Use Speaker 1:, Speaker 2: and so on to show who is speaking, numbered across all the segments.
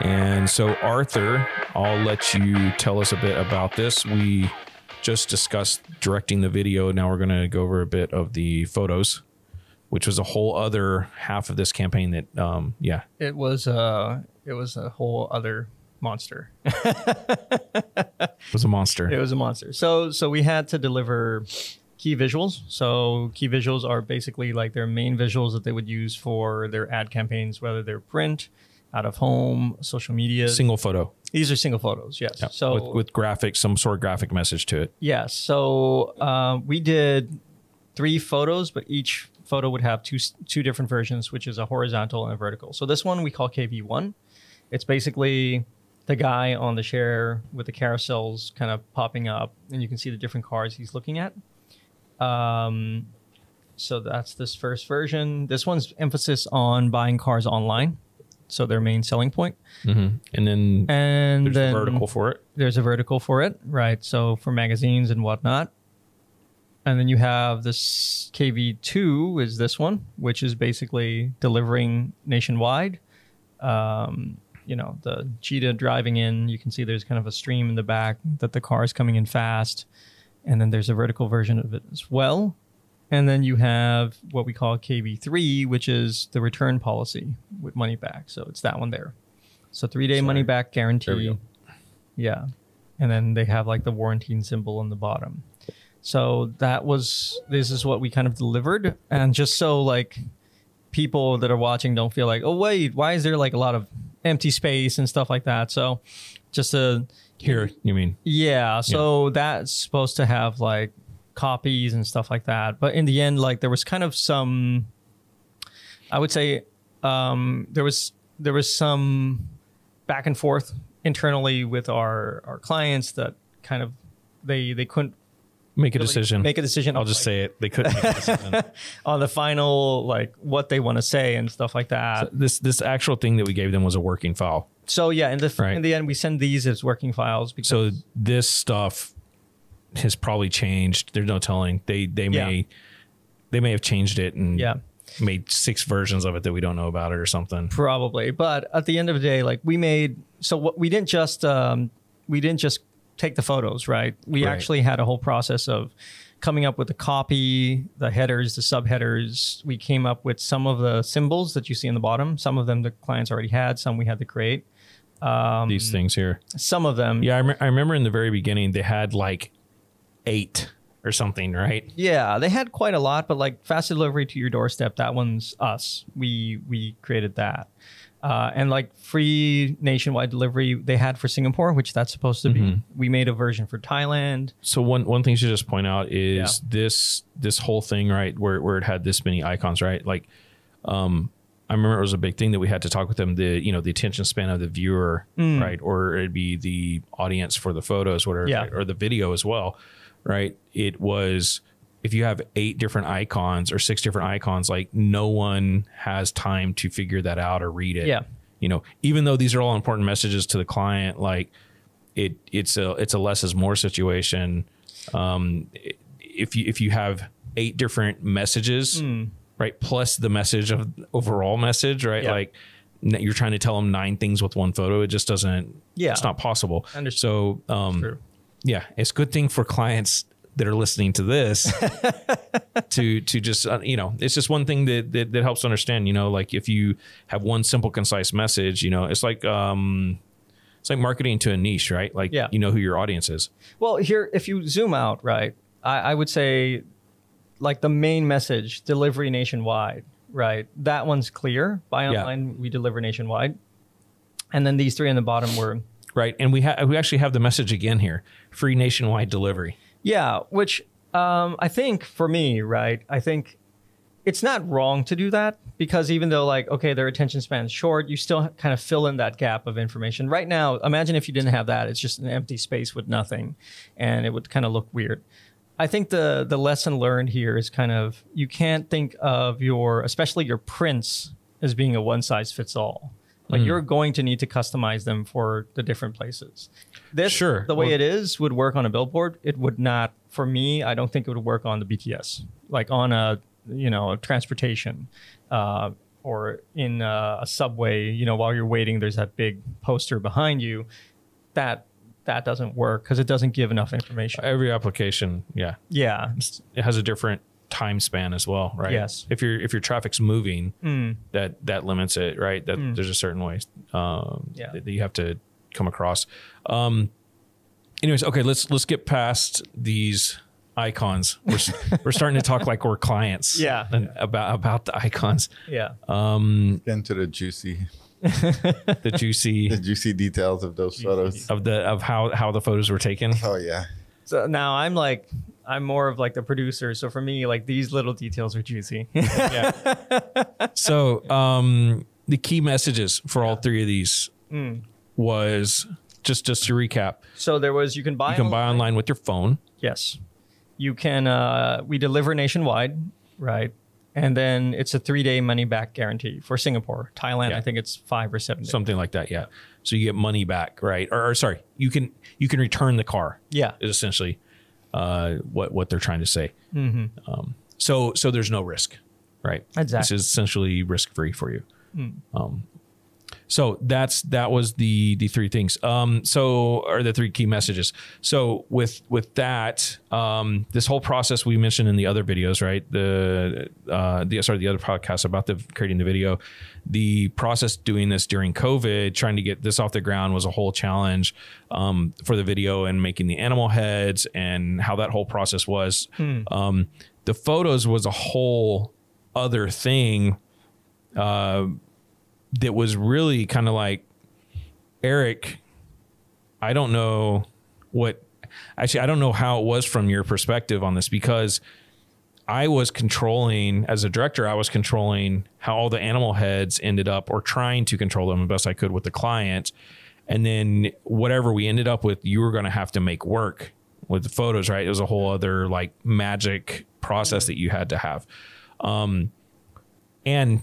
Speaker 1: And so, Arthur, I'll let you tell us a bit about this. We just discussed directing the video. Now we're going to go over a bit of the photos, which was a whole other half of this campaign that, um, yeah,
Speaker 2: It was uh it was a whole other monster.
Speaker 1: was a monster.
Speaker 2: It was a monster. So so we had to deliver key visuals. So key visuals are basically like their main visuals that they would use for their ad campaigns, whether they're print, out of home, social media.
Speaker 1: Single photo.
Speaker 2: These are single photos. Yes.
Speaker 1: Yeah.
Speaker 2: So
Speaker 1: with, with graphics, some sort of graphic message to it.
Speaker 2: Yeah. So um, we did three photos, but each photo would have two two different versions, which is a horizontal and a vertical. So this one we call KV one. It's basically the guy on the chair with the carousels kind of popping up, and you can see the different cars he's looking at. Um, so that's this first version. This one's emphasis on buying cars online, so their main selling point.
Speaker 1: And then
Speaker 2: And
Speaker 1: there's
Speaker 2: then
Speaker 1: the vertical for it.
Speaker 2: there's a vertical for it, right? So for magazines and whatnot. And then you have this KV2 is this one, which is basically delivering nationwide. Um, you know, the cheetah driving in, you can see there's kind of a stream in the back that the car is coming in fast. And then there's a vertical version of it as well. And then you have what we call KV3, which is the return policy with money back. So it's that one there. So three day
Speaker 1: Sorry.
Speaker 2: money back guarantee.
Speaker 1: There we go.
Speaker 2: Yeah. And then they have like the warranty symbol on the bottom. So that was this is what we kind of delivered. And just so like people that are watching don't feel like, oh wait, why is there like a lot of empty space and stuff like that? So just a
Speaker 1: Here, you mean?
Speaker 2: yeah, so that's supposed to have like copies and stuff like that. But in the end, like there was kind of some I would say um there was there was some back and forth internally with our our clients that kind of they they couldn't
Speaker 1: Make a
Speaker 2: really
Speaker 1: decision.
Speaker 2: make a decision
Speaker 1: I'll
Speaker 2: on,
Speaker 1: just
Speaker 2: like,
Speaker 1: say it. They couldn't make a decision.
Speaker 2: on the final like what they want to say and stuff like that.
Speaker 1: this this actual thing that we gave them was a working file.
Speaker 2: So yeah, in the
Speaker 1: Right.
Speaker 2: in the end we send these as working files because
Speaker 1: So this stuff has probably changed. There's no telling. They they may
Speaker 2: Yeah.
Speaker 1: they may have changed it and
Speaker 2: yeah.
Speaker 1: made six versions of it that we don't know about it or something.
Speaker 2: probably but at the end of the day like we made so what we didn't just um we didn't just take the photos right we
Speaker 1: Right.
Speaker 2: actually had a whole process of coming up with the copy the headers the subheaders we came up with some of the symbols that you see in the bottom some of them the clients already had some we had to create Um,
Speaker 1: These things here.
Speaker 2: some of them
Speaker 1: Yeah, I, rem- I remember in the very beginning they had like eight or something, right?
Speaker 2: Yeah, they had quite a lot, but like fast delivery to your doorstep, that one's us. We we created that, uh, and like free nationwide delivery they had for Singapore, which that's supposed to be. We made a version for Thailand.
Speaker 1: So one one thing to just point out is this this whole thing, right, where where it had this many icons, right? Like, um, I remember it was a big thing that we had to talk with them. The you know the attention span of the viewer, right, or it'd be the audience for the photos, whatever,
Speaker 2: Yeah.
Speaker 1: right, or the video as well, right? It was if you have eight different icons or six different icons, like no one has time to figure that out or read it.
Speaker 2: Yeah.
Speaker 1: you know, even though these are all important messages to the client, like it it's a it's a less is more situation. Um, i- if you if you have eight different messages,
Speaker 2: Hmm.
Speaker 1: right, plus the message of overall message, right,
Speaker 2: Yeah.
Speaker 1: like n- you're trying to tell them nine things with one photo, it just doesn't.
Speaker 2: Yeah.
Speaker 1: it's not possible.
Speaker 2: Understood.
Speaker 1: So, um,
Speaker 2: True.
Speaker 1: yeah, it's a good thing for clients that are listening to this to to just uh, you know it's just one thing that, that that helps understand you know like if you have one simple concise message you know it's like um it's like marketing to a niche right like
Speaker 2: Yeah.
Speaker 1: you know who your audience is
Speaker 2: Well, here if you zoom out, right, I, I would say, like the main message delivery nationwide, right. That one's clear. Buy
Speaker 1: Yeah.
Speaker 2: online, we deliver nationwide, and then these three on the bottom were
Speaker 1: right and we ha- we actually have the message again here free nationwide delivery
Speaker 2: Yeah, which um, I think for me, right? I think it's not wrong to do that because even though, like, okay, their attention span's short, you still kind of fill in that gap of information. Right now, imagine if you didn't have that; it's just an empty space with nothing, and it would kind of look weird. I think the the lesson learned here is kind of you can't think of your, especially your prints, as being a one size fits all. Like you're going to need to customize them for the different places. This,
Speaker 1: Sure.
Speaker 2: the way
Speaker 1: Well-
Speaker 2: it is would work on a billboard. It would not for me. I don't think it would work on the BTS, like on a you know transportation. Uh, or in uh, a subway, you know, while you're waiting, there's that big poster behind you. That that doesn't work because it doesn't give enough information.
Speaker 1: Every application, yeah,
Speaker 2: yeah,
Speaker 1: it has a different time span as well, right?
Speaker 2: Yes.
Speaker 1: If your if your traffic's moving,
Speaker 2: Mm.
Speaker 1: that that limits it, right? That
Speaker 2: Hmm.
Speaker 1: there's a certain way um,
Speaker 2: Yeah.
Speaker 1: that, that you have to come across. Um, anyways, okay, let's let's get past these icons. We're, s- we're starting to talk like we're clients,
Speaker 2: Yeah.
Speaker 1: and about about the icons,
Speaker 2: yeah.
Speaker 1: Uh,
Speaker 3: Get into the juicy,
Speaker 1: the
Speaker 3: the
Speaker 1: juicy
Speaker 3: juicy details of those photos.
Speaker 1: of the of how how the photos were taken.
Speaker 3: Oh yeah,
Speaker 2: So now I'm like, I'm more of like the producer. So for me, like these little details are juicy.
Speaker 1: yeah. So um, the key messages for all three of these was just just to recap:
Speaker 2: so there was you can buy
Speaker 1: you can buy online with your phone.
Speaker 2: Yes. You can, uh, we deliver nationwide, right? And then it's a three day money back guarantee for Singapore. Thailand,
Speaker 1: Yeah.
Speaker 2: I think it's five or seven days.
Speaker 1: something like that yeah so you get money back right or, or sorry you can you can return the car
Speaker 2: yeah.
Speaker 1: is essentially uh what what they're trying to say mm-hmm. um, so so there's no risk right
Speaker 2: Exactly.
Speaker 1: this is essentially risk free for you um so that's that was the the three things um so are the three key messages so with with that um this whole process we mentioned in the other videos right the uh the sorry the other podcast about the creating the video the process doing this during covid trying to get this off the ground was a whole challenge um for the video and making the animal heads and how that whole process was um the photos was a whole other thing uh, that was really kind of like Eric. I don't know what actually I don't know how it was from your perspective on this because I was controlling as a director I was controlling how all the animal heads ended up or trying to control them the best I could with the client and then whatever we ended up with you were going to have to make work with the photos right it was a whole other like magic process that you had to have Um, and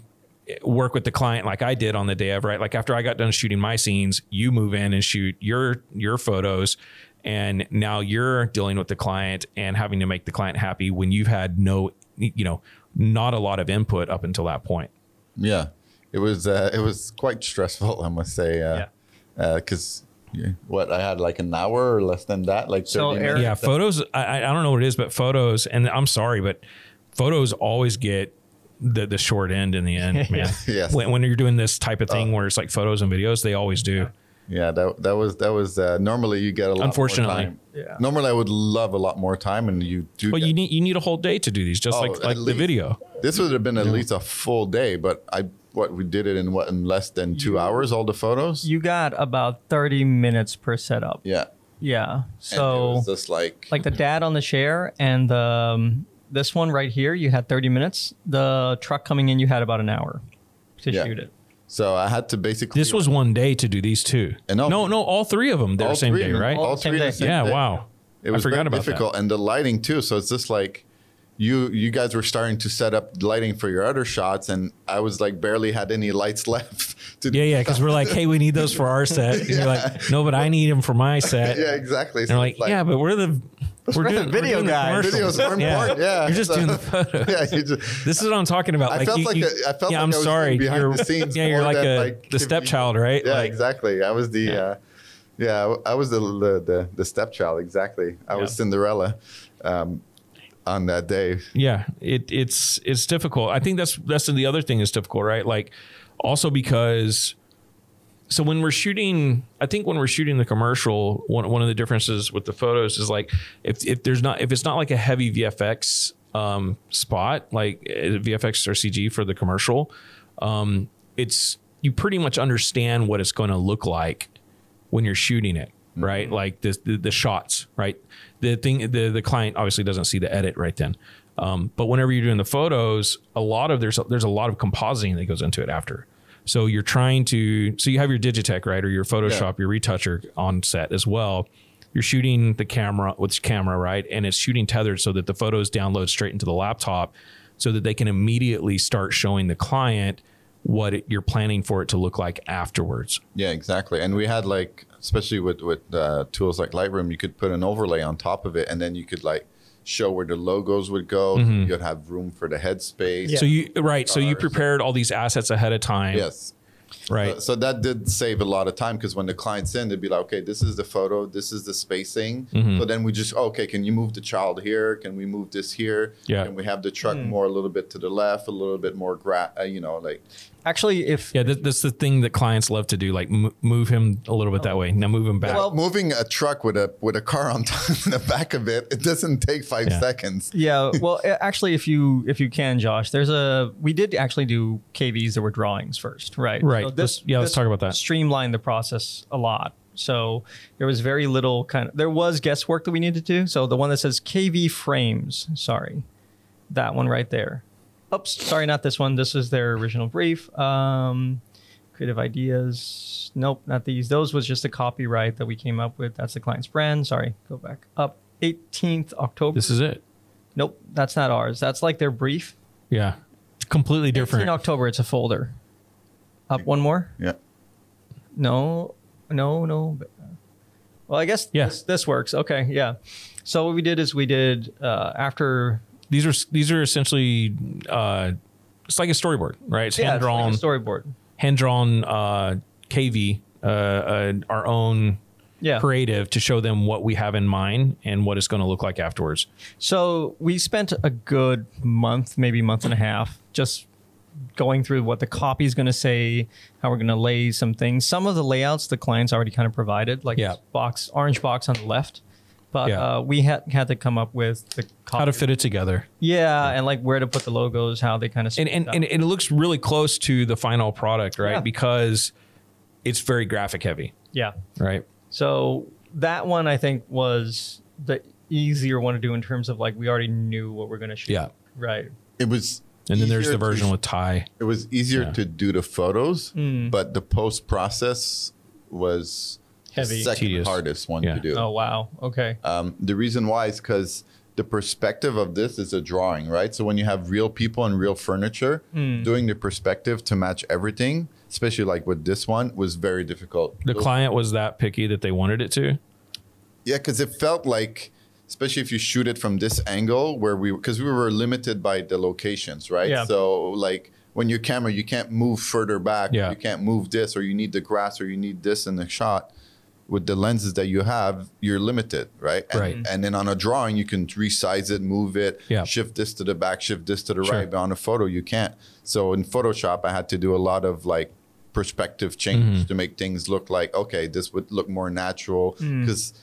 Speaker 1: work with the client like I did on the day of right like after I got done shooting my scenes you move in and shoot your your photos and now you're dealing with the client and having to make the client happy when you've had no you know not a lot of input up until that point
Speaker 3: yeah. It was uh, it was quite stressful, I must say, because uh, uh 'cause yeah, what I had like an hour or less than that, like 30
Speaker 2: So
Speaker 3: minutes.
Speaker 2: Eric-
Speaker 1: yeah photos I, I I don't know what it is but photos and I'm sorry but photos always get the, the short end in the end man
Speaker 3: Yes. Uh,
Speaker 1: when, when you're doing this type of thing where it's like photos and videos they always do
Speaker 3: Yeah, that that was that was uh, normally you get a lot.
Speaker 1: Unfortunately.
Speaker 3: more time.
Speaker 2: Yeah.
Speaker 3: Normally, I would love a lot more time, and you do.
Speaker 1: but
Speaker 3: get-
Speaker 1: you need you need a whole day to do these just
Speaker 3: Oh,
Speaker 1: like
Speaker 3: at
Speaker 1: like the
Speaker 3: least.
Speaker 1: video
Speaker 3: this would have been at least a full day, but I what we did it in what in less than two hours. All the photos.
Speaker 2: You got about 30 minutes per setup.
Speaker 3: yeah.
Speaker 2: Yeah.
Speaker 3: And it
Speaker 2: So,
Speaker 3: was just like,
Speaker 2: like the dad on the share and um, this one right here, you had 30 minutes. The truck coming in, you had about an hour to
Speaker 3: Yeah.
Speaker 2: shoot it.
Speaker 3: so I had to basically.
Speaker 1: This was one day to do these two.
Speaker 3: And all-
Speaker 1: no, no, all three of them. They're
Speaker 3: all
Speaker 1: the same
Speaker 3: three
Speaker 1: day,
Speaker 3: of them-
Speaker 1: right?
Speaker 3: All
Speaker 2: Same
Speaker 3: three.
Speaker 2: day.
Speaker 3: the same
Speaker 1: yeah.
Speaker 3: day.
Speaker 1: Wow.
Speaker 3: It was
Speaker 1: I forgot
Speaker 3: very
Speaker 1: about
Speaker 3: difficult, and the lighting too. So it's just like you you guys were starting to set up lighting for your other shots, and I was like barely had any lights left. To
Speaker 1: that. Yeah, yeah. Because we're like, hey, we need those for our set. And You're like, no, but I need them for my set.
Speaker 3: yeah, exactly.
Speaker 1: And they're like, yeah, but we're the we're
Speaker 2: the
Speaker 1: doing
Speaker 2: video
Speaker 1: we're doing
Speaker 2: guy.
Speaker 1: The commercials.
Speaker 3: videos were important. Yeah,
Speaker 1: You're just
Speaker 3: So-
Speaker 1: doing the photo.
Speaker 3: yeah, you just,
Speaker 1: This is what I'm talking about.
Speaker 3: I
Speaker 1: like,
Speaker 3: felt
Speaker 1: you,
Speaker 3: like
Speaker 1: you,
Speaker 3: a- I felt
Speaker 1: yeah,
Speaker 3: like
Speaker 1: I'm
Speaker 3: I was
Speaker 1: sorry.
Speaker 3: behind
Speaker 1: you're,
Speaker 3: the scenes
Speaker 1: yeah, you're
Speaker 3: more
Speaker 1: like
Speaker 3: than,
Speaker 1: a,
Speaker 3: like,
Speaker 1: the
Speaker 3: TV.
Speaker 1: stepchild, right?
Speaker 3: Yeah,
Speaker 1: Like,
Speaker 3: exactly. I was the uh, yeah, I I was the the, the, the stepchild. Exactly. I was
Speaker 1: Yeah.
Speaker 3: Cinderella um, on that day.
Speaker 1: yeah it, it's it's difficult i think that's that's the other thing is difficult right like also because so when we're shooting i think when we're shooting the commercial one, one of the differences with the photos is like if, if there's not if it's not like a heavy vfx um, spot like uh, vfx or cg for the commercial um, it's you pretty much understand what it's going to look like when you're shooting it right like the, the the shots right the thing the the client obviously doesn't see the edit right then um, but whenever you're doing the photos a lot of there's there's a lot of compositing that goes into it after so you're trying to so you have your digitech right or your photoshop your retoucher on set as well you're shooting the camera with camera right and it's shooting tethered so that the photos download straight into the laptop so that they can immediately start showing the client what it, you're planning for it to look like afterwards
Speaker 3: Yeah, exactly. And we had like, especially with with uh, tools like Lightroom, you could put an overlay on top of it, and then you could like show where the logos would go. You'd have room for the headspace.
Speaker 2: Yeah.
Speaker 1: Mm-hmm. So you right. So you
Speaker 3: Cars.
Speaker 1: prepared all these assets ahead of time.
Speaker 3: Yes.
Speaker 1: Right.
Speaker 3: So that did save a lot of time because when the client's in, they'd be like, okay, this is the photo, this is the spacing.
Speaker 1: Mm-hmm.
Speaker 3: So then we just, "Oh, okay, can you move the child here? Can we move this here?
Speaker 1: Yeah.
Speaker 3: Can we have the truck more a little bit to the left, a little bit more, gra- uh, you know, like,
Speaker 2: Actually, if
Speaker 1: yeah. That, that's the thing that clients love to do. Like m- move him a little bit that way. Now move him back.
Speaker 3: well, moving a truck with a with a car on top in the back of it, it doesn't take five
Speaker 1: Yeah.
Speaker 3: seconds.
Speaker 2: yeah, well, a- actually, if you if you can, Josh, there's a we did actually do KVs that were drawings first, right?
Speaker 1: Right.
Speaker 2: So this,
Speaker 1: Let's- yeah, let's
Speaker 2: this
Speaker 1: talk about that.
Speaker 2: Streamlined the process a lot. So there was very little kind of there was guesswork that we needed to do. So the one that says KV frames, sorry, that one right there. Oops, sorry, not this one. This is their original brief. Um, creative ideas. Nope, not these. Those was just a copyright that we came up with. That's the client's brand. Sorry, go back up. 18th October.
Speaker 1: this is it.
Speaker 2: Nope, that's not ours. That's like their brief.
Speaker 1: Yeah. It's completely
Speaker 2: In
Speaker 1: different.
Speaker 2: October, it's a folder. Up one more?
Speaker 3: Yeah.
Speaker 2: No, no, no. Well, I guess
Speaker 1: Yeah.
Speaker 2: this, this works. Okay, yeah. So what we did is we did uh, after
Speaker 1: These are these are essentially. Uh, it's like a storyboard, right? It's
Speaker 2: yeah,
Speaker 1: hand
Speaker 2: it's like
Speaker 1: drawn.
Speaker 2: a storyboard.
Speaker 1: hand drawn uh, KV, uh, uh, our own
Speaker 2: Yeah.
Speaker 1: creative to show them what we have in mind and what it's going to look like afterwards.
Speaker 2: So we spent a good month, maybe month and a half, just going through what the copy is going to say, how we're going to lay some things. Some of the layouts the clients already kind of provided, like
Speaker 1: Yeah.
Speaker 2: this box, orange box on the left. But
Speaker 1: Yeah.
Speaker 2: uh, we had had to come up with the copy.
Speaker 1: How to fit it together.
Speaker 2: Yeah, and like where to put the logos, how they kind of
Speaker 1: And, and, and it looks really close to the final product, right?
Speaker 2: Yeah.
Speaker 1: Because it's very graphic heavy,
Speaker 2: yeah.
Speaker 1: right?
Speaker 2: So that one I think was the easier one to do in terms of like we already knew what we're going to shoot.
Speaker 1: Yeah.
Speaker 2: Right.
Speaker 3: It was.
Speaker 1: And then there's
Speaker 3: easier
Speaker 1: the version
Speaker 3: to,
Speaker 1: with tie.
Speaker 3: It was easier
Speaker 1: Yeah.
Speaker 3: to do the photos,
Speaker 2: Hmm.
Speaker 3: but the post process was
Speaker 2: Heavy.
Speaker 3: the second
Speaker 1: Tedious.
Speaker 3: hardest one
Speaker 1: Yeah.
Speaker 3: to do.
Speaker 2: Oh wow. Okay.
Speaker 3: Um, the reason why is because the perspective of this is a drawing, right? So when you have real people and real furniture,
Speaker 2: Hmm.
Speaker 3: doing the perspective to match everything, especially like with this one, was very difficult.
Speaker 1: The client was that picky that they wanted it to.
Speaker 3: Yeah, because it felt like, especially if you shoot it from this angle where we, because we were limited by the locations, right?
Speaker 2: Yeah.
Speaker 3: So like when your camera, you can't move further back.
Speaker 1: Yeah.
Speaker 3: You can't move this, or you need the grass, or you need this in the shot. With the lenses that you have, you're limited, right? And,
Speaker 1: Right.
Speaker 3: Mm-hmm. And then on a drawing, you can resize it, move it,
Speaker 1: Yeah.
Speaker 3: shift this to the back, shift this to the
Speaker 1: Sure.
Speaker 3: right. But on a photo, you can't. So in Photoshop, I had to do a lot of like
Speaker 1: Mm-hmm.
Speaker 3: perspective change to make things look like okay, this would look more natural
Speaker 1: Mm.
Speaker 3: because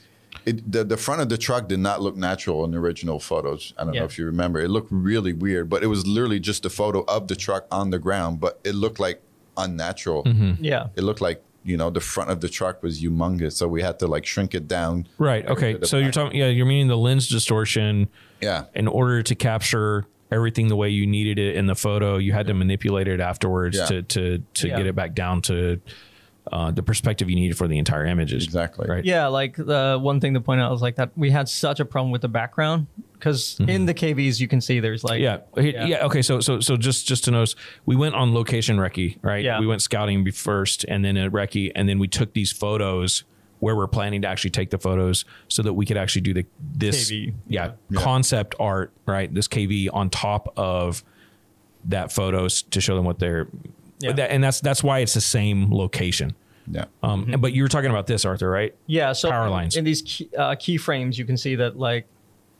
Speaker 3: it the, the front of the truck did not look natural in the original photos. I don't
Speaker 2: Yeah.
Speaker 3: know if you remember. It looked really weird, but it was literally just a photo of the truck on the ground, but it looked like unnatural.
Speaker 1: Mm-hmm. Mm.
Speaker 2: Yeah.
Speaker 3: It looked like you know the front of the truck was humongous, so we had to like shrink it down.
Speaker 1: Right.
Speaker 3: rid
Speaker 1: Okay.
Speaker 3: of the
Speaker 1: So you're
Speaker 3: back.
Speaker 1: talking, yeah, you're meaning the lens distortion
Speaker 3: Yeah.
Speaker 1: in order to capture everything the way you needed it in the photo, you had to manipulate it afterwards
Speaker 3: Yeah.
Speaker 1: to to to
Speaker 2: Yeah.
Speaker 1: get it back down to uh, the perspective you needed for the entire images.
Speaker 3: Exactly.
Speaker 1: Right.
Speaker 2: Yeah, like the one thing to point out is like that we had such a problem with the background because in the KVs you can see there's like
Speaker 1: Mm-hmm. Yeah. Here-
Speaker 2: Yeah.
Speaker 1: yeah. Okay. So so so just just to notice, we went on location recce, right?
Speaker 2: Yeah.
Speaker 1: We went scouting be- first, and then at recce, and then we took these photos where we're planning to actually take the photos, so that we could actually do the this
Speaker 2: KV.
Speaker 1: Yeah, concept art, right? This KV on top of that photos to show them what they're.
Speaker 2: Yeah.
Speaker 1: that- and that's that's why it's the same location.
Speaker 3: Yeah.
Speaker 1: Um,
Speaker 2: Mm-hmm.
Speaker 1: and- But you were talking about this, Arthur, right?
Speaker 2: Yeah, so
Speaker 1: Power
Speaker 2: in-
Speaker 1: lines.
Speaker 2: in these key, uh, keyframes, you can see that like,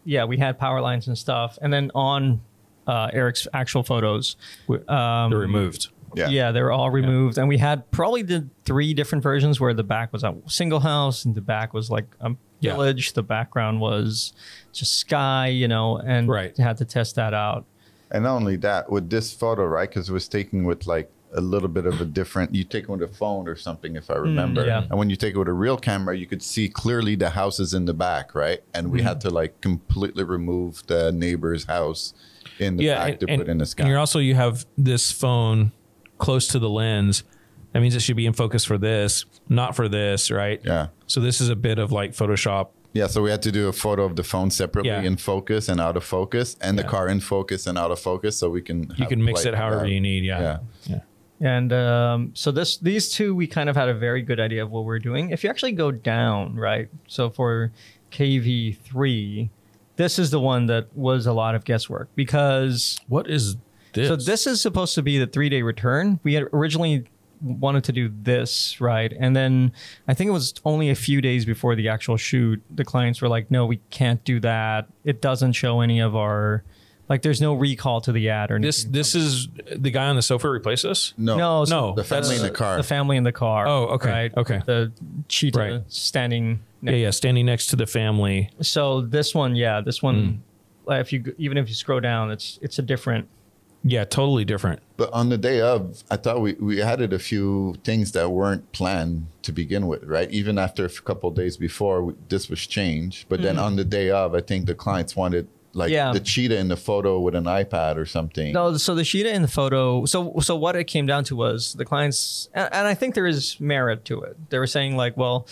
Speaker 2: yeah, we had power lines and stuff, and then on uh, Eric's actual photos,
Speaker 1: Um, They're removed.
Speaker 3: Yeah.
Speaker 2: they're all removed, and we had probably the three different versions where the back was a single house, and the back was like a
Speaker 1: Yeah.
Speaker 2: village, the background was just sky, you know, and
Speaker 1: Right.
Speaker 2: had to test that out.
Speaker 3: And not only that, with this photo, right? Because it was taken with like a little bit of a different. You take it with a phone or something,
Speaker 1: Mm,
Speaker 3: if I remember.
Speaker 2: yeah.
Speaker 3: And when you take it with a real camera, you could see clearly the houses in the back, right? And we
Speaker 1: Mm.
Speaker 3: had to like completely remove the neighbor's house in the
Speaker 1: yeah,
Speaker 3: back
Speaker 1: and,
Speaker 3: to
Speaker 1: and-
Speaker 3: put in the
Speaker 1: and
Speaker 3: sky.
Speaker 1: you're also you have this phone close to the lens. That means it should be in focus for this, not for this, right?
Speaker 3: Yeah.
Speaker 1: So this is a bit of like Photoshop.
Speaker 3: yeah. So we had to do a photo of the phone separately
Speaker 1: Yeah.
Speaker 3: in focus and out of focus, and the car in focus and out of focus, so we can
Speaker 1: You can mix it however you need. Yeah.
Speaker 3: uh, Yeah.
Speaker 1: Yeah.
Speaker 2: And um, so this these two we kind of had a very good idea of what we're doing. If you actually go down, right? So for KV three, This is the one that was a lot of guesswork because
Speaker 1: What is this?
Speaker 2: so this is supposed to be the three day return. We had originally wanted to do this right, and then I think it was only a few days before the actual shoot. The clients were like, "No, we can't do that. It doesn't show any of our like. There's no recall to the ad or anything."
Speaker 1: this this is the guy on the sofa replaced us.
Speaker 3: No,
Speaker 2: no,
Speaker 1: No,
Speaker 3: the family in the
Speaker 1: that's-
Speaker 3: car.
Speaker 2: Oh, The family in the car.
Speaker 1: Oh, okay, okay.
Speaker 2: The cheetah
Speaker 1: Right.
Speaker 2: standing.
Speaker 1: Yeah,
Speaker 2: Next.
Speaker 1: yeah. Standing next to the family.
Speaker 2: So this one, yeah, this one.
Speaker 1: Hmm.
Speaker 2: Like if you g- even if you scroll down, it's it's a different.
Speaker 1: Yeah, totally different.
Speaker 3: But on the day of, I thought we, we added a few things that weren't planned to begin with, right? Even after a f- couple of days before, we, this was changed. But then on the day of, I think the clients wanted like
Speaker 2: Mm-hmm. Yeah.
Speaker 3: the cheetah in the photo with an iPad or something.
Speaker 2: No, so the cheetah in the photo. So so what it came down to was the clients, and, and I think there is merit to it. They were saying like, well,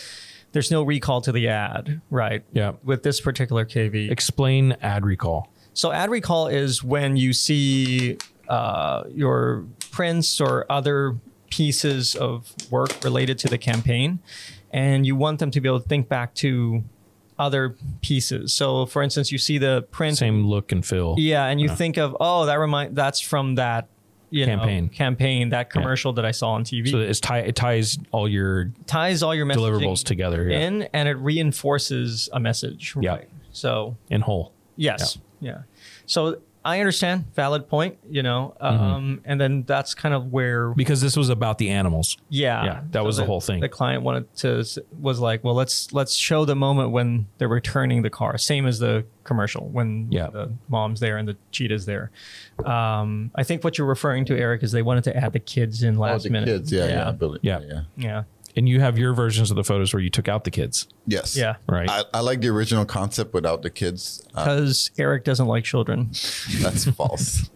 Speaker 2: there's no recall to the ad, right?
Speaker 1: Yeah.
Speaker 2: With this particular KV,
Speaker 1: Explain ad recall.
Speaker 2: So ad recall is when you see uh, your prints or other pieces of work related to the campaign, and you want them to be able to think back to other pieces. So, for instance, you see the print,
Speaker 1: Same look and feel.
Speaker 2: yeah, and you think of, oh, that remind that's from that you know,
Speaker 1: Campaign.
Speaker 2: campaign, that commercial that I saw on TV.
Speaker 1: So it's tie, it ties all your
Speaker 2: ties all your messaging
Speaker 1: deliverables together. Yeah.
Speaker 2: in, and it reinforces a message.
Speaker 1: Yeah.
Speaker 2: So
Speaker 1: in whole.
Speaker 2: Yes. Yeah. So I understand. Valid point. You know.
Speaker 1: Mm-hmm.
Speaker 2: Um, And then that's kind of where.
Speaker 1: Because this was about the animals.
Speaker 2: Yeah.
Speaker 1: Yeah, that was the whole thing.
Speaker 2: The client wanted to s- was like, well, let's let's show the moment when they're returning the car, same as the commercial when
Speaker 1: Yeah.
Speaker 2: the mom's there and the cheetah's there. Um, I think what you're referring to, Eric, is they wanted to add the kids in
Speaker 3: All
Speaker 2: last
Speaker 3: Oh, the
Speaker 2: minute.
Speaker 3: kids, yeah, yeah, Billy,
Speaker 1: Yeah.
Speaker 3: yeah.
Speaker 2: Yeah.
Speaker 1: And you have your versions of the photos where you took out the kids,
Speaker 3: Yes.
Speaker 2: Yeah.
Speaker 1: right?
Speaker 3: I, I like the original concept without the kids. Uh,
Speaker 2: Because Eric doesn't like children.
Speaker 3: that's false.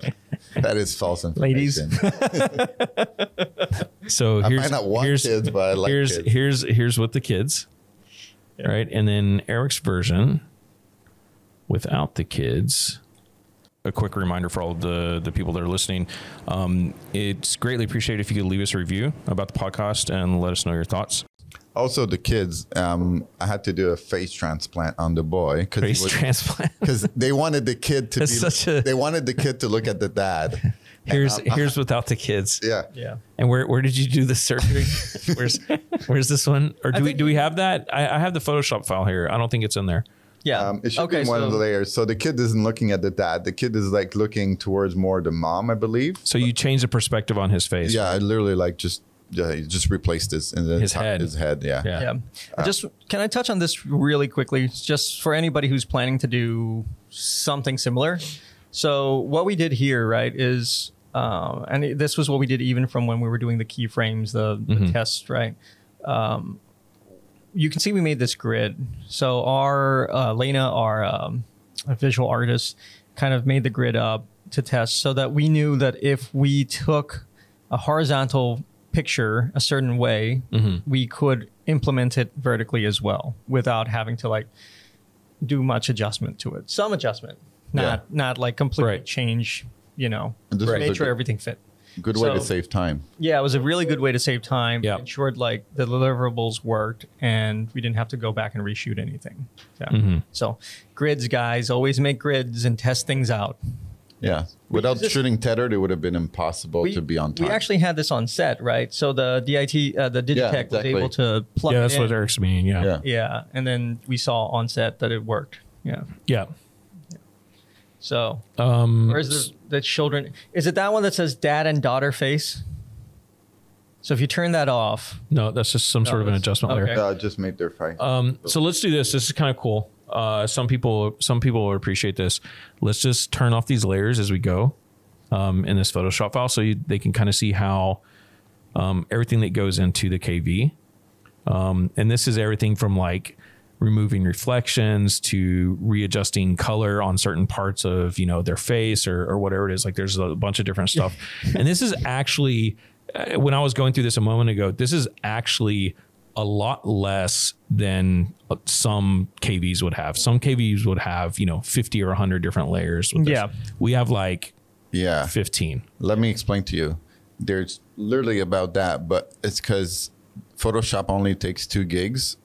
Speaker 3: That is false
Speaker 2: Ladies.
Speaker 3: information.
Speaker 1: so
Speaker 3: I
Speaker 1: here's
Speaker 3: might not want
Speaker 1: here's
Speaker 3: kids, but I like
Speaker 1: here's
Speaker 3: kids.
Speaker 1: here's here's with the kids, right? And then Eric's version without the kids. A quick reminder for all the the people that are listening, um, it's greatly appreciated if you could leave us a review about the podcast and let us know your thoughts.
Speaker 3: Also, the kids. Um, I had to do a face transplant on the boy because
Speaker 1: Face transplant.
Speaker 3: because they wanted the kid to be
Speaker 1: That's such a-
Speaker 3: they wanted the kid to look at the dad.
Speaker 1: Here's here's without the kids.
Speaker 3: Yeah.
Speaker 2: Yeah.
Speaker 1: And where where did you do the surgery? where's where's this one? Or do we
Speaker 2: think-
Speaker 1: do we have that? I, I have the Photoshop file here. I don't think it's in there.
Speaker 2: Yeah.
Speaker 3: Um, it should be in one
Speaker 2: so-
Speaker 3: of the layers. So the kid isn't looking at the dad. The kid is like looking towards more the mom, I believe.
Speaker 1: So you change the perspective on his face.
Speaker 3: Yeah, I literally like just yeah, you just replaced this and then
Speaker 1: His
Speaker 3: top-
Speaker 1: head.
Speaker 3: His head, yeah.
Speaker 1: Yeah.
Speaker 2: Yeah. I just can I touch on this really quickly, just for anybody who's planning to do something similar. So what we did here, right, is um, and it- this was what we did even from when we were doing the keyframes, the, the tests, right. Um, you can see we made this grid. So our uh, Lena, our um, visual artist, kind of made the grid up to test so that we knew that if we took a horizontal picture a certain way, we could implement it vertically as well without having to like do much adjustment to it. Some adjustment, not
Speaker 3: Yeah.
Speaker 2: not like completely
Speaker 1: Right.
Speaker 2: change. You know,
Speaker 3: And this was
Speaker 2: made
Speaker 3: a
Speaker 2: sure
Speaker 3: good-
Speaker 2: everything fit.
Speaker 3: Good way to
Speaker 2: So-
Speaker 3: save time.
Speaker 2: Yeah, it was a really good way to save time.
Speaker 1: Yeah.
Speaker 2: ensured like the deliverables worked, and we didn't have to go back and reshoot anything. Yeah.
Speaker 1: Mm-hmm.
Speaker 2: So, grids, guys, always make grids and test things out.
Speaker 3: Yeah. Without
Speaker 2: just-
Speaker 3: shooting tethered, it would have been impossible to be on time.
Speaker 2: We actually had this on set, right? So the DIT, uh, the Digitech was
Speaker 3: exactly.
Speaker 2: able to plug.
Speaker 1: Yeah,
Speaker 2: it
Speaker 1: that's
Speaker 2: in.
Speaker 1: what Eric's meaning. Yeah.
Speaker 3: Yeah.
Speaker 1: Yeah.
Speaker 2: Yeah, and then we saw on set that it worked. Yeah. So
Speaker 1: Um
Speaker 2: where's the, the children? Is it that one that says dad and daughter face? So if you turn that off,
Speaker 1: no, that's just some sort of an
Speaker 2: that's-
Speaker 1: adjustment
Speaker 2: okay.
Speaker 1: layer.
Speaker 3: uh, just made their fight.
Speaker 1: Um so let's do this. This is kind of cool. Uh some people some people will appreciate this. Let's just turn off these layers as we go um in this Photoshop file so you, they can kind of see how um everything that goes into the KV. Um and this is everything from like removing reflections to readjusting color on certain parts of you know their face or, or whatever it is like there's a bunch of different stuff and this is actually uh, when i was going through this a moment ago this is actually a lot less than uh, some kvs would have some kvs would have you know 50 or 100 different layers with this.
Speaker 2: Yeah.
Speaker 1: we have like
Speaker 3: yeah.
Speaker 1: 15
Speaker 3: Let me explain to you. There's literally about that, but it's because Photoshop only takes two gigs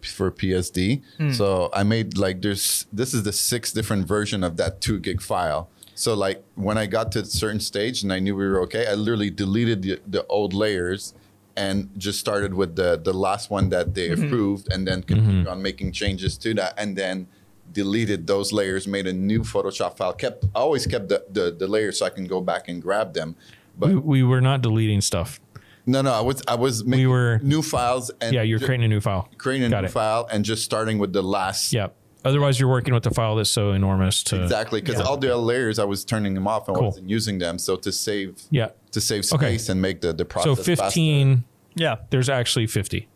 Speaker 3: for PSD. So I made like there's this is the six different version of that two gig file. So like when I got to a certain stage and I knew we were okay, I literally deleted the, the old layers and just started with the the last one that they approved and then continued
Speaker 1: Mm-hmm.
Speaker 3: on making changes to that and then deleted those layers, made a new Photoshop file, kept always kept the, the, the layers so I can go back and grab them. But
Speaker 1: We, we were not deleting stuff.
Speaker 3: no, no, I was I was making
Speaker 1: were-
Speaker 3: new files and
Speaker 1: Yeah, you're
Speaker 3: ju-
Speaker 1: creating a new file.
Speaker 3: creating a
Speaker 1: Got
Speaker 3: new
Speaker 1: it.
Speaker 3: file and just starting with the last
Speaker 1: Yeah. Otherwise, you're working with a file that's so enormous to
Speaker 3: exactly because all the other layers I was turning them off and
Speaker 1: Cool.
Speaker 3: wasn't using them. So to save
Speaker 1: Yeah.
Speaker 3: to save space
Speaker 1: Okay.
Speaker 3: and make the
Speaker 1: So
Speaker 3: the process faster.
Speaker 1: 15,
Speaker 2: Yeah.
Speaker 1: there's actually 50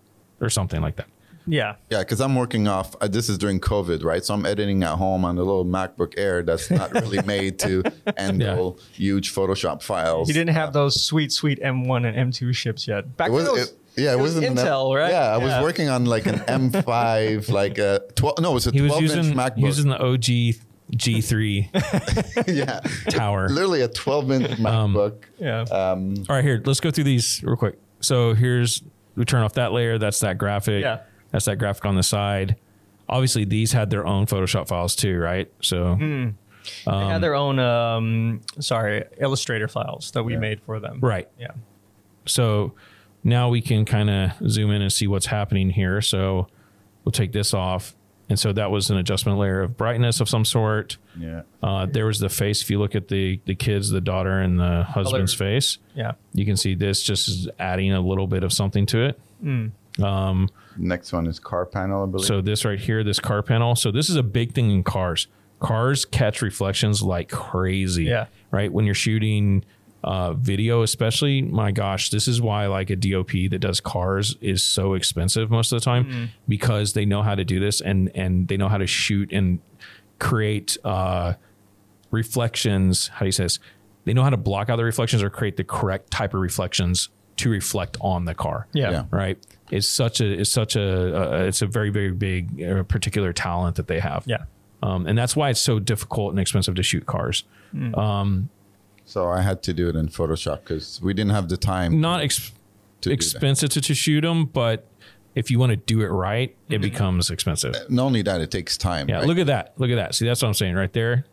Speaker 1: or something like that.
Speaker 2: Yeah.
Speaker 3: Yeah, because I'm working off. Uh, this is during COVID, right? So I'm editing at home on a little MacBook Air that's not really made to handle huge Photoshop files.
Speaker 2: He didn't have those sweet, sweet M1 and M2 ships yet. Back
Speaker 3: It
Speaker 2: then,
Speaker 3: was,
Speaker 2: it was,
Speaker 3: it, yeah, it,
Speaker 2: it was
Speaker 3: wasn't an-
Speaker 2: Intel, right?
Speaker 3: Yeah, I
Speaker 2: Yeah.
Speaker 3: was working on like an M5, like a 12. No, it was a
Speaker 1: He was
Speaker 3: 12
Speaker 1: using
Speaker 3: inch MacBook.
Speaker 1: using the OG G3
Speaker 3: yeah,
Speaker 1: tower.
Speaker 3: literally a 12 inch MacBook.
Speaker 2: yeah.
Speaker 1: All right, here, let's go through these real quick. So here's we turn off that layer. That's that graphic.
Speaker 2: Yeah.
Speaker 1: That's that graphic on the side. Obviously, these had their own Photoshop files too, right? So
Speaker 3: Mm-hmm.
Speaker 2: they had their own, um, sorry, Illustrator files that we made for them.
Speaker 1: right.
Speaker 2: Yeah.
Speaker 1: So now we can kind of zoom in and see what's happening here. So we'll take this off. And so that was an adjustment layer of brightness of some sort.
Speaker 3: yeah.
Speaker 1: Uh, there was the face. If you look at the the kids, the daughter and the husband's face,
Speaker 2: Yeah.
Speaker 1: you can see this just is adding a little bit of something to it.
Speaker 3: Next one is car panel, I believe.
Speaker 1: So this right here, this car panel. So this is a big thing in cars. Cars catch reflections like crazy.
Speaker 2: Yeah.
Speaker 1: Right when you're shooting uh, video, especially. My gosh, this is why like a DOP that does cars is so expensive most of the time
Speaker 2: Mm-hmm.
Speaker 1: because they know how to do this and and they know how to shoot and create uh, reflections. How do you say this? They know how to block out the reflections or create the correct type of reflections to reflect on the car
Speaker 2: Yeah.
Speaker 3: Yeah.
Speaker 1: right? It's such a it's such a uh, it's a very very big uh, particular talent that they have.
Speaker 2: Yeah.
Speaker 1: Um, and that's why it's so difficult and expensive to shoot cars.
Speaker 3: So I had to do it in Photoshop because we didn't have the time.
Speaker 1: Not ex-
Speaker 3: To do that.
Speaker 1: expensive to, to shoot them, but if you want to do it right, it becomes expensive.
Speaker 3: Not only that, it takes time.
Speaker 1: Yeah,
Speaker 3: Mm-hmm. right?
Speaker 1: look at that. Look at that. See, that's what I'm saying right there.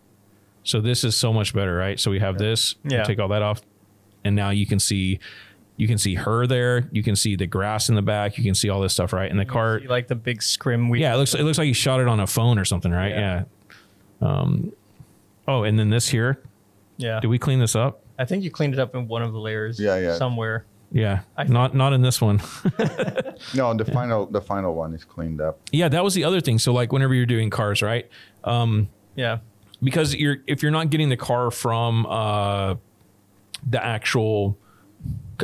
Speaker 1: So this is so much better, right? So we have this. we
Speaker 2: Yeah.
Speaker 1: Take all that off, and now you can see, you can see her there. You can see the grass in the back. You can see all this stuff, right? And the car.
Speaker 2: You like the big scrim we
Speaker 1: Yeah, it looks it looks like you shot it on a phone or something, right? Yeah. Um, oh, and then this here.
Speaker 2: Yeah.
Speaker 1: Did we clean this up?
Speaker 2: I think you cleaned it up in one of the layers.
Speaker 3: Yeah, yeah.
Speaker 2: Somewhere.
Speaker 1: Yeah. not not in this one.
Speaker 3: No, the final the final one is cleaned up.
Speaker 1: yeah, that was the other thing. So like whenever you're doing cars, right?
Speaker 2: Yeah.
Speaker 1: Because you're if you're not getting the car from uh the actual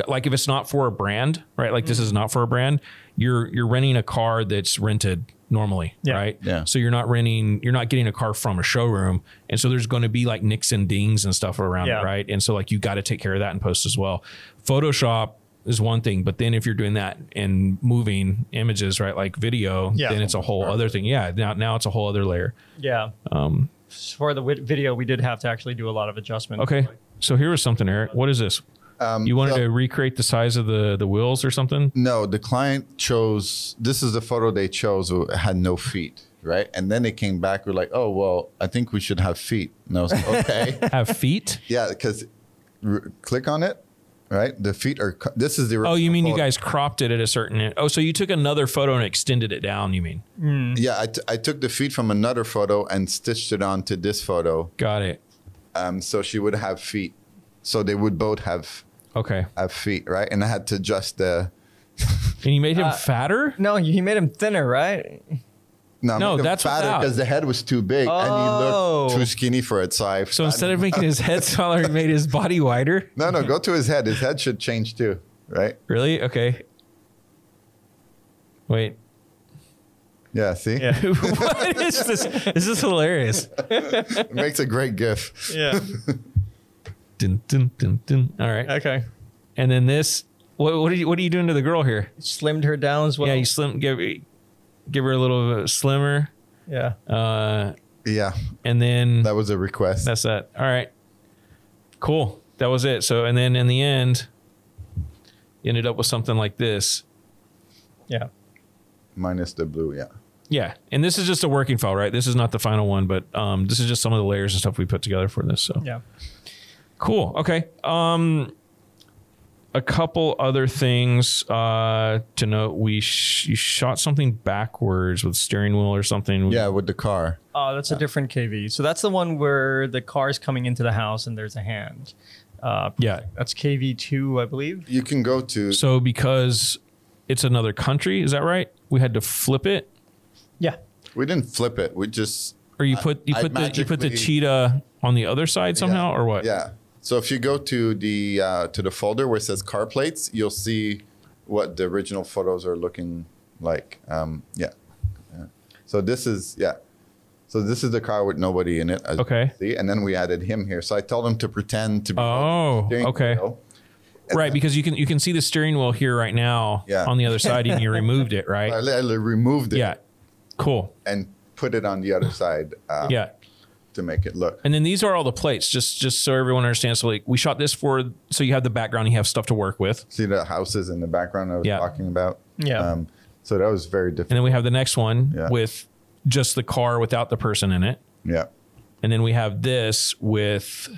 Speaker 1: like if it's not for a brand, right? Like
Speaker 2: Mm-hmm.
Speaker 1: this is not for a brand, you're you're renting a car that's rented normally,
Speaker 2: Yeah.
Speaker 1: right?
Speaker 3: Yeah.
Speaker 1: So you're not renting, you're not getting a car from a showroom, and so there's going to be like nicks and dings and stuff around
Speaker 2: Yeah.
Speaker 1: it, right? And so like you got to take care of that in post as well. Photoshop is one thing, but then if you're doing that and moving images, right, like video,
Speaker 2: Yeah.
Speaker 1: then it's a whole other thing. Yeah, now now it's a whole other layer.
Speaker 2: Yeah. Um, for the wi- video, we did have to actually do a lot of adjustments.
Speaker 1: Okay, so here was something, Eric. What is this? you wanted
Speaker 3: Um, so-
Speaker 1: to recreate the size of the the wheels or something?
Speaker 3: No, the client chose this is the photo they chose who had no feet, right? And then they came back, we're like, oh well, I think we should have feet. And I was like, okay,
Speaker 1: Have feet?
Speaker 3: yeah, because r- click on it, right? The feet are. cu- This is the.
Speaker 1: Oh, you mean you
Speaker 3: photo.
Speaker 1: guys cropped it at a certain? Oh, so you took another photo and extended it down? You mean?
Speaker 3: Yeah, I, t- I took the feet from another photo and stitched it onto this photo,
Speaker 1: Got it.
Speaker 3: um, so she would have feet, so they would both have
Speaker 1: Okay.
Speaker 3: have feet, right? And I had to adjust the.
Speaker 1: And you made him fatter?
Speaker 2: No, he made him thinner, right?
Speaker 3: No,
Speaker 1: No,
Speaker 3: I made them
Speaker 1: that's without.
Speaker 3: because the head was too big and he
Speaker 2: Oh.
Speaker 3: looked too skinny for it. So I
Speaker 1: So instead of making his head smaller, he made his body wider.
Speaker 3: No, no, go to his head. His head should change too, right?
Speaker 1: Really? Okay. Wait.
Speaker 3: Yeah, see?
Speaker 2: Yeah.
Speaker 1: what is this? This is hilarious.
Speaker 3: It makes a great gif.
Speaker 2: Yeah.
Speaker 1: Dun, dun, dun, dun. All right.
Speaker 2: okay.
Speaker 1: And then this. What, what are you What are you doing to the girl here?
Speaker 2: Slimmed her down as well.
Speaker 1: Yeah, you slim. Give give her a little uh, slimmer.
Speaker 2: yeah.
Speaker 1: Uh,
Speaker 3: Yeah,
Speaker 1: and then
Speaker 3: that was a request.
Speaker 1: That's that. All right. Cool. That was it. So, and then in the end, you ended up with something like this.
Speaker 2: Yeah.
Speaker 3: minus the blue. Yeah.
Speaker 1: Yeah, and this is just a working file, right? This is not the final one, but um, this is just some of the layers and stuff we put together for this. So
Speaker 2: Yeah.
Speaker 1: cool. Okay. Um, a couple other things uh, to note: we sh- you shot something backwards with steering wheel or something.
Speaker 3: Yeah, with the car.
Speaker 2: Oh, that's a different KV. So that's the one where the car is coming into the house and there's a hand. Uh,
Speaker 1: yeah.
Speaker 2: that's KV two, I believe.
Speaker 3: You can go to.
Speaker 1: So because it's another country, is that right? We had to flip it,
Speaker 2: Yeah.
Speaker 3: we didn't flip it. We just
Speaker 1: or you put you
Speaker 3: Uh, I
Speaker 1: put the you put the
Speaker 3: magically-
Speaker 1: cheetah on the other side somehow, or what?
Speaker 3: Yeah. So if you go to the uh, to the folder where it says car plates, you'll see what the original photos are looking like. Um, yeah. Yeah. So this is yeah. So this is the car with nobody in it. as you
Speaker 1: Okay.
Speaker 3: See, and then we added him here. So I told him to pretend to be.
Speaker 1: Oh,
Speaker 3: steering
Speaker 1: okay.
Speaker 3: wheel.
Speaker 1: Right, because you can you can see the steering wheel here right now
Speaker 3: Yeah.
Speaker 1: on the other side, and you removed it, right?
Speaker 3: I literally removed it
Speaker 1: Yeah. Cool.
Speaker 3: and put it on the other side uh,
Speaker 1: Yeah.
Speaker 3: to make it look.
Speaker 1: And then these are all the plates, just just so everyone understands. So like we shot this for so you have the background, you have stuff to work with.
Speaker 3: See the houses in the background I was
Speaker 1: Yeah.
Speaker 3: talking about. Um,
Speaker 2: Yeah.
Speaker 3: so that was very
Speaker 1: And
Speaker 3: different.
Speaker 1: then we have the next one
Speaker 3: Yeah.
Speaker 1: with just the car without the person in it.
Speaker 3: Yeah.
Speaker 1: And then we have this with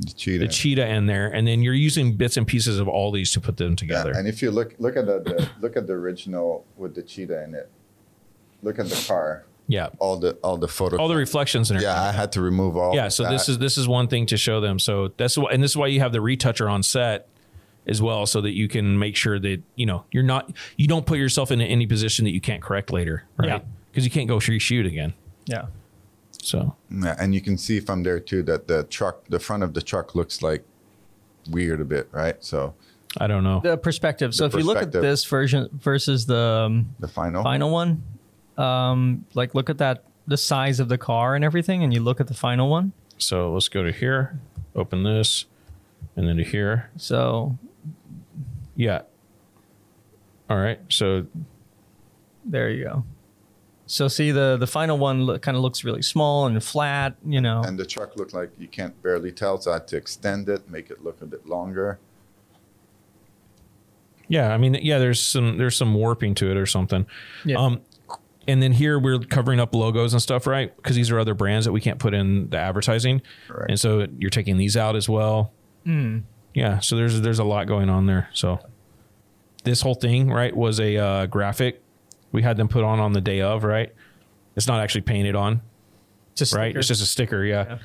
Speaker 3: The cheetah.
Speaker 1: the cheetah in there. And then you're using bits and pieces of all these to put them
Speaker 3: Yeah,
Speaker 1: together.
Speaker 3: and if you look look at the, the look at the original with the cheetah in it, look at the car,
Speaker 1: Yeah.
Speaker 3: all the all the photos.
Speaker 1: All the reflections in there.
Speaker 3: yeah, I had to remove all.
Speaker 1: yeah
Speaker 3: of
Speaker 1: so this
Speaker 3: that.
Speaker 1: is this is one thing to show them so that's why and this is why you have the retoucher on set as well so that you can make sure that you know you're not you don't put yourself in any position that you can't correct later
Speaker 2: Yeah.
Speaker 1: right because you can't go reshoot again
Speaker 2: Yeah.
Speaker 1: so
Speaker 3: Yeah, and you can see from there too that the truck, the front of the truck looks like weird a bit, right? So
Speaker 1: i don't know
Speaker 2: The perspective. So if
Speaker 3: The
Speaker 2: you look at
Speaker 3: perspective. Oh.
Speaker 2: this version versus the um,
Speaker 3: the final,
Speaker 2: final one, um, like look at that the size of the car and everything, and you look at the final one.
Speaker 1: so let's go to here open this and then to here
Speaker 2: So
Speaker 1: yeah all right so
Speaker 2: there you go. So see the the final one look, kind of looks really small and flat, you know.
Speaker 3: and the truck looked like you can't barely tell, so I had to extend it, make it look a bit longer.
Speaker 1: yeah i mean yeah there's some there's some warping to it or something
Speaker 2: yeah.
Speaker 1: Um, and then here we're covering up logos and stuff, right? Because these are other brands that we can't put in the advertising,
Speaker 3: Right.
Speaker 1: and so you're taking these out as well. Yeah, so there's there's a lot going on there. So this whole thing, right, was a uh, graphic we had them put on on the day of, right? It's not actually painted on,
Speaker 2: just
Speaker 1: right? It's just a sticker, yeah,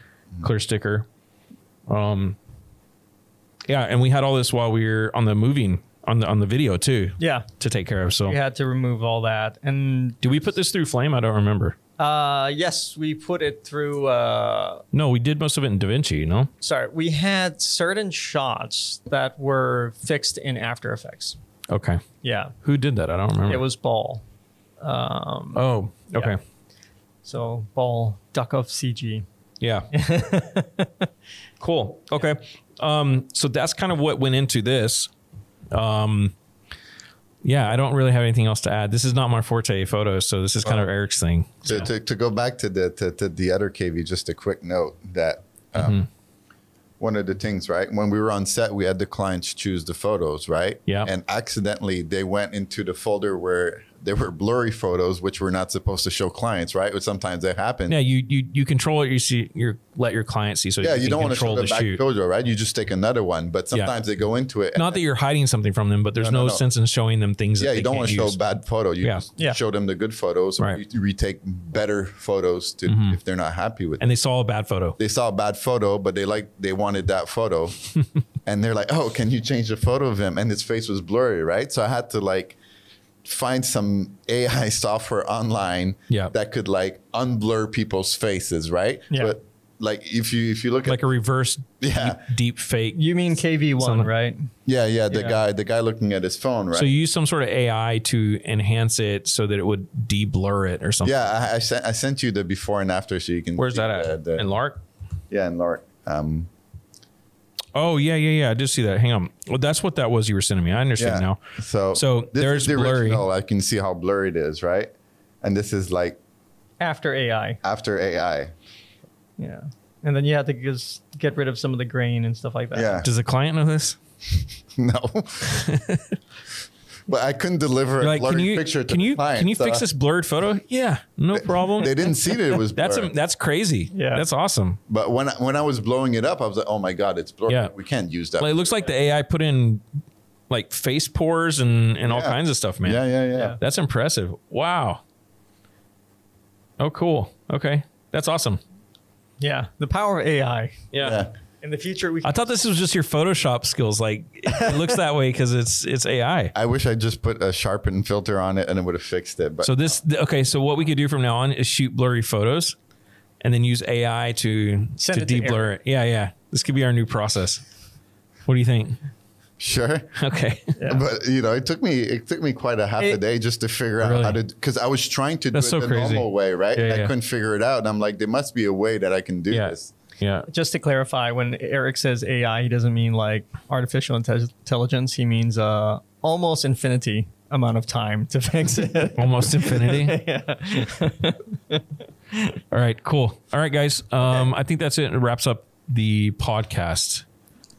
Speaker 1: clear sticker. Um, yeah, and we had all this while we were on the moving on the on the video too
Speaker 2: yeah.
Speaker 1: to take care of. So
Speaker 2: We had to remove all that, and
Speaker 1: did we put this through Flame? I don't remember.
Speaker 2: Uh, yes, we put it through. Uh,
Speaker 1: No, we did most of it in DaVinci, no?
Speaker 2: sorry, we had certain shots that were fixed in After Effects.
Speaker 1: Okay.
Speaker 2: Yeah,
Speaker 1: Who did that? I don't remember.
Speaker 2: it was Ball.
Speaker 1: oh, okay.
Speaker 2: So Ball duck off CG.
Speaker 1: Yeah. cool. Okay. Um, so that's kind of what went into this. Um, yeah, I don't really have anything else to add. This is not my forte photos, so this is kind of Eric's thing.
Speaker 3: to, to, to go back to the to, to the other KV, just a quick note that um,
Speaker 1: Mm-hmm.
Speaker 3: one of the things, right? When we were on set, we had the clients choose the photos, right?
Speaker 1: Yeah.
Speaker 3: And accidentally, they went into the folder where there were blurry photos, which were not supposed to show clients, right? Which sometimes that happens.
Speaker 1: Yeah, you you you control it. You see, you let your client see, so
Speaker 3: Yeah, you
Speaker 1: can
Speaker 3: don't want to show
Speaker 1: control
Speaker 3: the,
Speaker 1: the
Speaker 3: back
Speaker 1: shoot.
Speaker 3: photo, right? You just take another one, but sometimes they go into it.
Speaker 1: Not that you're hiding something from them, but there's
Speaker 3: No,
Speaker 1: no,
Speaker 3: no, no.
Speaker 1: sense in showing them things.
Speaker 3: yeah,
Speaker 1: that
Speaker 3: you don't want to show
Speaker 1: use.
Speaker 3: bad photo. You
Speaker 1: Yeah.
Speaker 3: just
Speaker 2: Yeah.
Speaker 3: show them the good photos. Or
Speaker 1: Right. Mm-hmm.
Speaker 3: you retake better photos to if they're not happy with. it.
Speaker 1: And they saw a bad photo.
Speaker 3: they saw a bad photo, but they like they wanted that photo, and they're like, "Oh, can you change the photo of him?" And his face was blurry, right? So I had to like find some AI software online
Speaker 1: Yeah.
Speaker 3: that could like unblur people's faces, right?
Speaker 2: Yeah.
Speaker 3: But like if you if you look
Speaker 1: Like
Speaker 3: at
Speaker 1: a reverse
Speaker 3: yeah
Speaker 1: deep fake.
Speaker 2: You mean KV one,
Speaker 1: Some-
Speaker 2: right?
Speaker 3: yeah yeah the
Speaker 2: Yeah.
Speaker 3: guy the guy looking at his phone, right?
Speaker 1: So you use some sort of AI to enhance it so that it would de-blur it or something.
Speaker 3: yeah, I, I sent I sent you the before and after, so you can
Speaker 1: Where's
Speaker 3: see
Speaker 1: that at?
Speaker 3: the- the-
Speaker 1: In Lark?
Speaker 3: yeah, in Lark. Um,
Speaker 1: Oh yeah, yeah, yeah. I did see that. Hang on. Well, that's what that was you were sending me. I
Speaker 3: Yeah.
Speaker 1: understand now.
Speaker 3: So
Speaker 1: So
Speaker 3: this
Speaker 1: there's
Speaker 3: is the
Speaker 1: blurry.
Speaker 3: original. I can see how blurry it is, right? And this is like
Speaker 2: After AI.
Speaker 3: after AI.
Speaker 2: Yeah, and then you had to just get rid of some of the grain and stuff like that.
Speaker 3: Yeah.
Speaker 1: Does the client know this?
Speaker 3: no. but I couldn't deliver a
Speaker 1: Like,
Speaker 3: blurry
Speaker 1: can you
Speaker 3: picture to
Speaker 1: can
Speaker 3: the
Speaker 1: you
Speaker 3: client,
Speaker 1: can you
Speaker 3: so
Speaker 1: fix this blurred photo? Yeah, no problem.
Speaker 3: They didn't see that it was
Speaker 1: that's
Speaker 3: blurred.
Speaker 1: am- that's crazy.
Speaker 2: Yeah.
Speaker 1: that's awesome.
Speaker 3: but when I, when I was blowing it up, I was like, oh my god, it's blurred.
Speaker 1: Yeah.
Speaker 3: We can't use that.
Speaker 1: Like, it looks like the AI put in like face pores and and all
Speaker 3: Yeah.
Speaker 1: kinds of stuff, man.
Speaker 3: yeah, yeah, yeah,
Speaker 2: Yeah.
Speaker 1: That's impressive. Wow. Oh, cool. Okay, that's awesome.
Speaker 2: Yeah, the power of AI.
Speaker 1: Yeah.
Speaker 3: Yeah.
Speaker 2: In the future, we
Speaker 1: I thought this was just your Photoshop skills. Like it looks that way because it's it's AI.
Speaker 3: I wish I just put a sharpen filter on it and it would have fixed it. But
Speaker 1: So this th- okay. So what we could do from now on is shoot blurry photos, and then use AI to
Speaker 2: Send
Speaker 1: to
Speaker 2: it to
Speaker 1: deblur it. Yeah, yeah. This could be our new process. What do you think?
Speaker 3: sure.
Speaker 1: Okay,
Speaker 2: Yeah.
Speaker 3: But you know, it took me it took me quite a half a
Speaker 2: It-
Speaker 3: day just to figure out
Speaker 1: Really?
Speaker 3: how to because I was trying to
Speaker 1: That's
Speaker 3: do it
Speaker 1: so
Speaker 3: the
Speaker 1: crazy.
Speaker 3: normal way, right?
Speaker 1: Yeah,
Speaker 3: And I
Speaker 1: yeah.
Speaker 3: couldn't figure it out. And I'm like, there must be a way that I can do
Speaker 1: Yeah.
Speaker 3: this.
Speaker 1: yeah.
Speaker 2: just to clarify, when Eric says AI, he doesn't mean like artificial inte- intelligence. He means uh, almost infinity amount of time to fix it.
Speaker 1: Almost infinity. All right, cool. All right, guys. Um, I think that's it. It wraps up the podcast.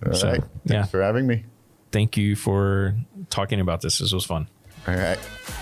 Speaker 3: All
Speaker 1: So,
Speaker 3: right. Thanks
Speaker 1: yeah.
Speaker 3: for having me.
Speaker 1: Thank you for talking about this. This was fun.
Speaker 3: All right.